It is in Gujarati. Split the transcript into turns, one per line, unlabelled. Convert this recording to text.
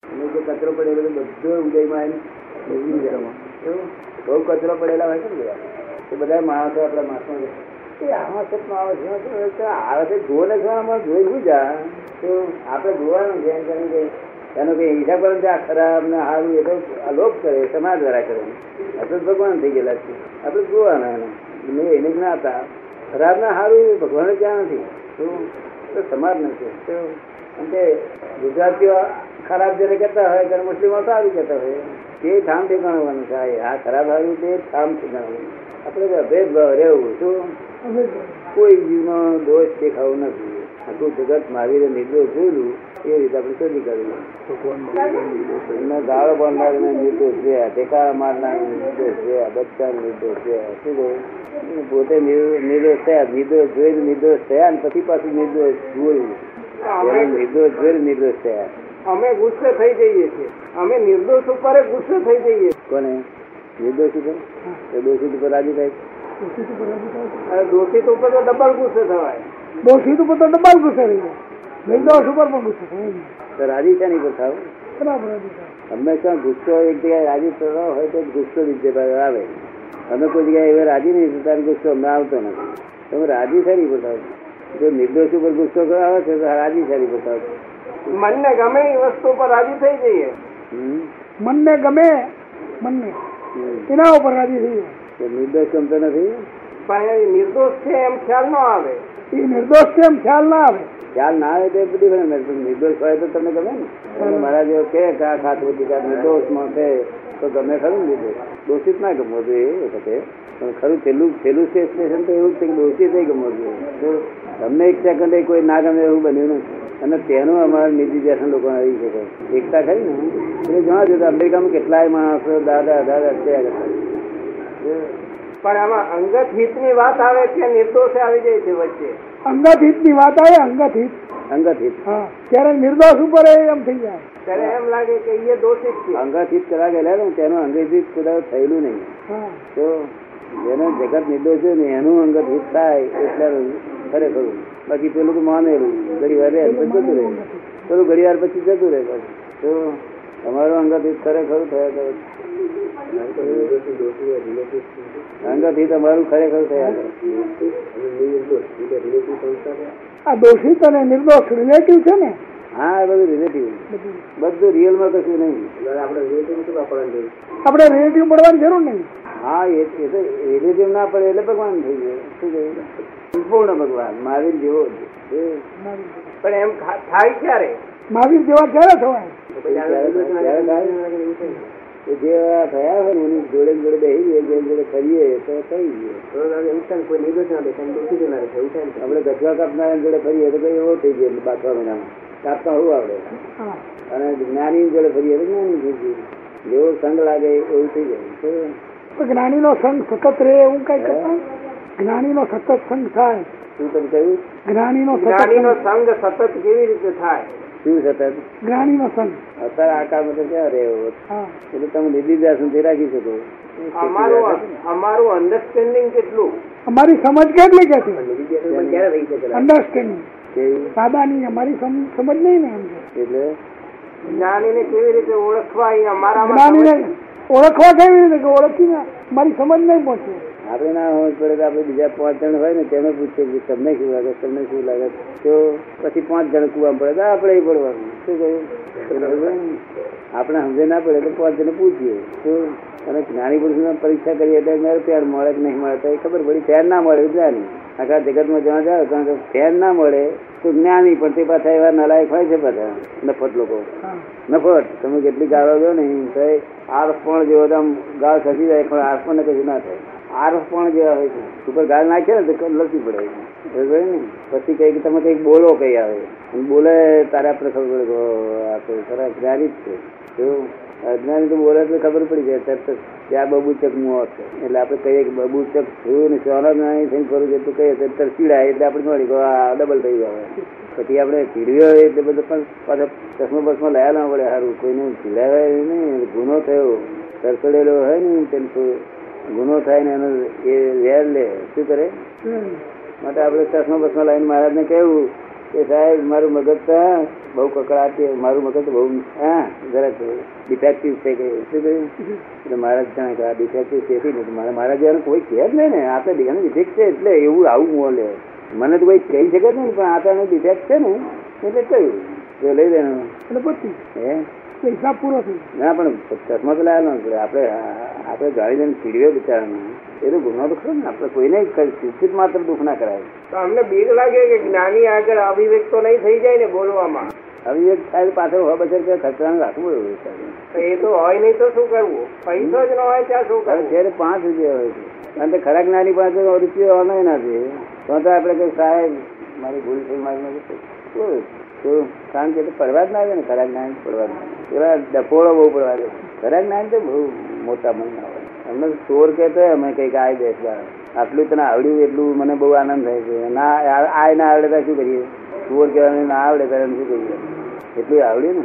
જે કચરો પડેલો એ બધો ઉદયમાં એમ ઉડી જાય. કેવું? બહુ કચરો પડેલા હોય છે ને બધા એ બધા માણસો આપણા માણસો એ આમાં સપનું આવે છે શું હોય છે? આવે છે જુઓ ને જુઓ, આમાં જોઈ શું જા તો આપણે જોવાનું ધ્યાન કરીને કંઈ એનો કંઈ હિસાબ જ આ ખરાબ ને સારું એ તો અલોપ કરે સમાજ વાળા કરે આપણે તો ભગવાન થઈ ગયેલા છે આપણે જોવાના એને મેં એને જ્ઞાતા ખરાબ ના સારું એ ભગવાન ત્યાં નથી શું? તો સમાજ નથી શું? અને તે ગુજરાતીઓ ખરાબ જયારે કહેતા હોય ત્યારે મુસ્લિમો સારું કહેતા હોય તે ઠામ થી ગણવાનું થાય આ ખરાબ સારું તે ઠામ થી ગણવાનું આપણે તો ભેદભાવ રહેવું શું કોઈ જીવનો દોષ દેખાવો નથી આખું જગત મહાવીરે નિર્દોષ જોયેલું એ રીતે આપણે શોધી કાઢ્યું એમને ગાળો પાડનારને નિર્દોષ રહ્યા ટેકા મારનારને નિર્દોષ રહ્યા બચ્ચાને નિર્દોષ રહ્યા શું કહ્યું? એ પોતે નિર- નિર્દોષ થયા નિર્દોષ જોઈને નિર્દોષ થયા ને પછી પાછું નિર્દોષ જોયું
અમે
ત્યારે નિર્દોષ જોઈને નિર્દોષ થયા
અમે ગુસ્સે થઈ જઈએ છીએ અમે નિર્દોષ ઉપર ગુસ્સે થઈ જઈએ
કોને નિર્દોષ ઉપર તો દોષિત ઉપર રાજી થાય
અને દોષિત ઉપર તો ડબલ ગુસ્સે થવાય
દોષિત ઉપર તો ડબલ ગુસ્સે થઈ જાય નિર્દોષ ઉપર પણ ગુસ્સે થઈ જાય
તો રાજી છે ને પર થાવ
બરાબર અધિકાર.
હંમેશા ગુસ્સો એક જગ્યાએ રાજી થતો હોય તો જ ગુસ્સો બીજી જગ્યાએ આવે અમે કોઈ જગ્યાએ એવા રાજી નહીં થતા અને ગુસ્સો અમને આવતો નથી તમે રાજી સારી બતાવો જો નિર્દોષ ઉપર ગુસ્સો આવે છે તો રાજી સારી બતાવો
મનને ગમે એ વસ્તુ ઉપર રાજી થઈ જઈએ
હમ?
મનને ગમે મનને
હમ.
એના ઉપર રાજી થઈ જાય
તો નિર્દોષ ગમતો નથી
પણ એ નિર્દોષ છે એમ ખ્યાલ ન આવે
એ નિર્દોષ છે એમ ખ્યાલ ના આવે
ખ્યાલ ના આવે તો એ બધી ભલે મેં કીધું નિર્દોષ હોય તો તમને ગમે ને અને મારા જેવો કે કે આ ખાતું હતું કે આ નિર્દોષમાં છે તો ગમે ખરું ને નિર્દોષ દોષિત ના ગમવો જોઈએ એ વખતે પણ ખરું પેલું પેલું છે સ્ટેશન તો એવું જ છે કે દોષિત નહીં ગમવો જોઈએ તો તમને એક સેકન્ડે કોઈ ના ગમે એવું બન્યું નથી અને તેનું અમારા નીતિ દર્શન લોકો આવી શકે એકતા ખરી ને એટલે જણા જોતા અમેરિકામાં કેટલાય માણસો દાદા દાદા થયા કરતા
પણ આમાં અંગત હિતની વાત આવે છે નિર્દોષે આવી જાય છે વચ્ચે
અંગત હિતની વાત આવે અંગત હિત
અંગત હિત
હા ત્યારે નિર્દોષ ઉપર એ એમ થઈ જાય
ત્યારે એમ લાગે કે એ દોષિત છે
અંગત હિત કરવા ગયેલા ને તેનું અંગ્રેજી કદાચ થયેલું નહીં
હા
તો જેને જગત નિર્દોષ છે ને એનું અંગત હિત થાય એટલે ખરેખર બાકી પેલું તો માનેલું ઘડી વાર રહે પછી જતું રહે પેલું ઘડી વાર પછી જતું રહે પાછું. તો અમારો અંગત હિત ખરેખર થયા કરે અંગત હિત અમારું ખરેખર થયા કરે
આ દોષિત અને નિર્દોષ રિલેટિવ છે ને
હા એ બધું રિલેટિવ
બધું
બધું રિયલમાં કશું નહીં
આપણે રિલેટિવ પડવાની જરૂર નહીં
હા એ એ તો રિલેટિવ ના પડે એટલે ભગવાન થઈ ગયો શું કહ્યું સંપૂર્ણ ભગવાન મારી જેવો જ એ
પણ એમ ખા- થાય ક્યારે
મહાવીર જેવા ક્યારે થવાય
ત્યારે થાય. એ જે આ થયા હોય ને એની જોડે ને જોડે બેસી જઈએ, જોડે ને જોડે ફરીએ તો થઈ ગયું. આપણે ગઠવા કાપનારા જોડે ફરીએ તો ભાઈ એવો થઈ ગયો બાથવા મહિનામાં કાપતા હોવું આવડે
હા
અને જ્ઞાની જોડે ફરીએ તો જ્ઞાની થઈ ગયું જેવો સંગ લાગે એવું થઈ જાય તો
તો જ્ઞાનીનો સંગ સતત રહે એવું કઈ કરતા જ્ઞાનીનો સતત સંગ થાય
શું તમે કહ્યું
જ્ઞાનીનો સતત
જ્ઞાનીનો
સંગ.
સંગ સતત કેવી રીતે થાય
શું સતત
જ્ઞાનીનો સંગ
અત્યારે આ કામ તો ક્યાં રહ્યો
હા
એટલે તમે નિધિ દર્શનથી રાખી શકો
અમારું અમારું અન્ડરસ્ટેન્ડિંગ કેટલું
અમારી સમજ કેટલી કે છે
કેવું?
અન્ડરસ્ટેન્ડિંગ સાદાની અમારી સમ- સમજ નહીં ને એમ છે.
એટલે
જ્ઞાનીને કેવી રીતે ઓળખવા એ અમારામાં
જ્ઞાનીને
સમજ-
ઓળખવા કેવી રીતે કે ઓળખીને મારી સમજ નહીં પહોંચે
આપણે ના સમજ પડે તો આપણે બીજા પાંચ જણ હોય ને તેને પૂછીએ કે તમને શું લાગે તમને શું લાગે તો પછી પાંચ જણ કુવામાં પડે તો આપણે ય પડવાનું શું કહ્યું એટલે હવે આપણે સમજે ના પડે તો પાંચ જણ પૂછીએ શું અને જ્ઞાની પુરુષની પરીક્ષા કરીએ એટલે મારે ફેર મળે કે નહીં મળે તો એ ખબર પડી ફેર ના મળે તો જ્ઞાની આખા જગતમાં જ્યાં જાઓ કારણ કે ફેર ના મળે તો જ્ઞાની પણ તે પાછા એવા નલાયક હોય છે બધા નફત લોકો
હા.
નફત તમે કેટલી ગાળો દો ને તો એ આરસ પણ જેવો તો આમ ગાળ ખસી જાય પણ આરસ પણ કશું ના થાય આરસ પણ જેવા હોય છે ઉપર ગાળ નાખે ને તો લસી પડે બરોબર ને પછી કઈ કે તમે કઈક બોલો કઈ આવે અને બોલે તારે આપણે ખબર પડે કે ઓહો, આ તો ખરા જ્ઞાની જ છે જો અજ્ઞાની તો બોલે તો ખબર પડી જાય તરત જ કે આ બબૂચક મોત છે એટલે આપણે કહીએ કે બબૂચક છું ને સોનો જ્ઞાની થઈને ફરું છે તું કહીએ તો તરત ચીડાય એટલે આપણે મળી ગયો આ ડબલ થઈ જાય પછી આપણે ચીડ્યો હોય એટલે બધું પણ પાછા ચશ્મા બસમાં લાયા ના પડે સારું કોઈને ચીડાવાય નહીં ગુનો થયો તરસડેલો હોય ને તેમ તો ગુનો થાય ને એનો એ વેર લે શું કરે
હમ.
માટે આપણે ચશ્મા બસમાં લાવીને મહારાજને કહેવું કે સાહેબ મારું મગજ તો બહુ કકડાટ છે મારું મગજ તો બહુ હા જરાક ડિફેક્ટિવ છે કે શું કહ્યું એટલે મહારાજ જાણે કે આ ડિફેક્ટિવ છે થી નથી મારા મહારાજ જાણે કોઈ કહે જ નહીં ને આ તો એને ડિફેક્ટ છે એટલે એવું આવું બોલે મને તો કોઈ કહી શકે જ નહીં પણ આ તો એનો ડિફેક્ટ છે ને એટલે કહ્યું તો લઈ લેવાનું
એટલે પતી
હે
એટલે હિસાબ પૂરો થઈ ગયો.
ના પણ ચશ્મા તો લાવેલો ને આપણે આપણે ગાડી લઈને પીડ્યો બિચારાને એ તો ગુનો તો ખરો ને આપણે કોઈને શિક્ષિત માત્ર દુઃખ ના કરાય
તો અમને બીક લાગે કે જ્ઞાની આગળ અભિવ્યક્ત તો નહીં થઈ જાય ને બોલવામાં
હવે એક સાહેબ પાછળ હોવા બચર કે ખતરાને રાખવું એવું સાહેબ
તો એ તો હોય નહીં તો શું કરવું પૈસો જ ન હોય ત્યાં શું
હવે
કરવું
જ્યારે પાંચ રૂપિયા હોય છે અને તે ખરા જ્ઞાની પાસે રૂપિયા ઓનલાઈન ના છે તો તો આપણે કહે સાહેબ મારી ભૂલ થઈ મારી મારી ભૂલ થઈ. બોલ. તો કારણ કે એ તો પડવા જ ના આવે ને ખરા જ્ઞાની પડવા જ ના આવે. પેલા ડફોળો બહુ પડવા દે ખરા જ્ઞાની તો બહુ મોટા મન ના હોય અમને તો ચોર કહેતો હોય અમે કંઈક આય બેસવા આટલું તને આવડ્યું એટલું મને બહુ આનંદ થાય છે ના આ- આય ના આવડે તો શું કરીએ ચોર કહેવાનું ના આવડે ત્યારે અમે શું કરીએ એટલું આવડ્યું ને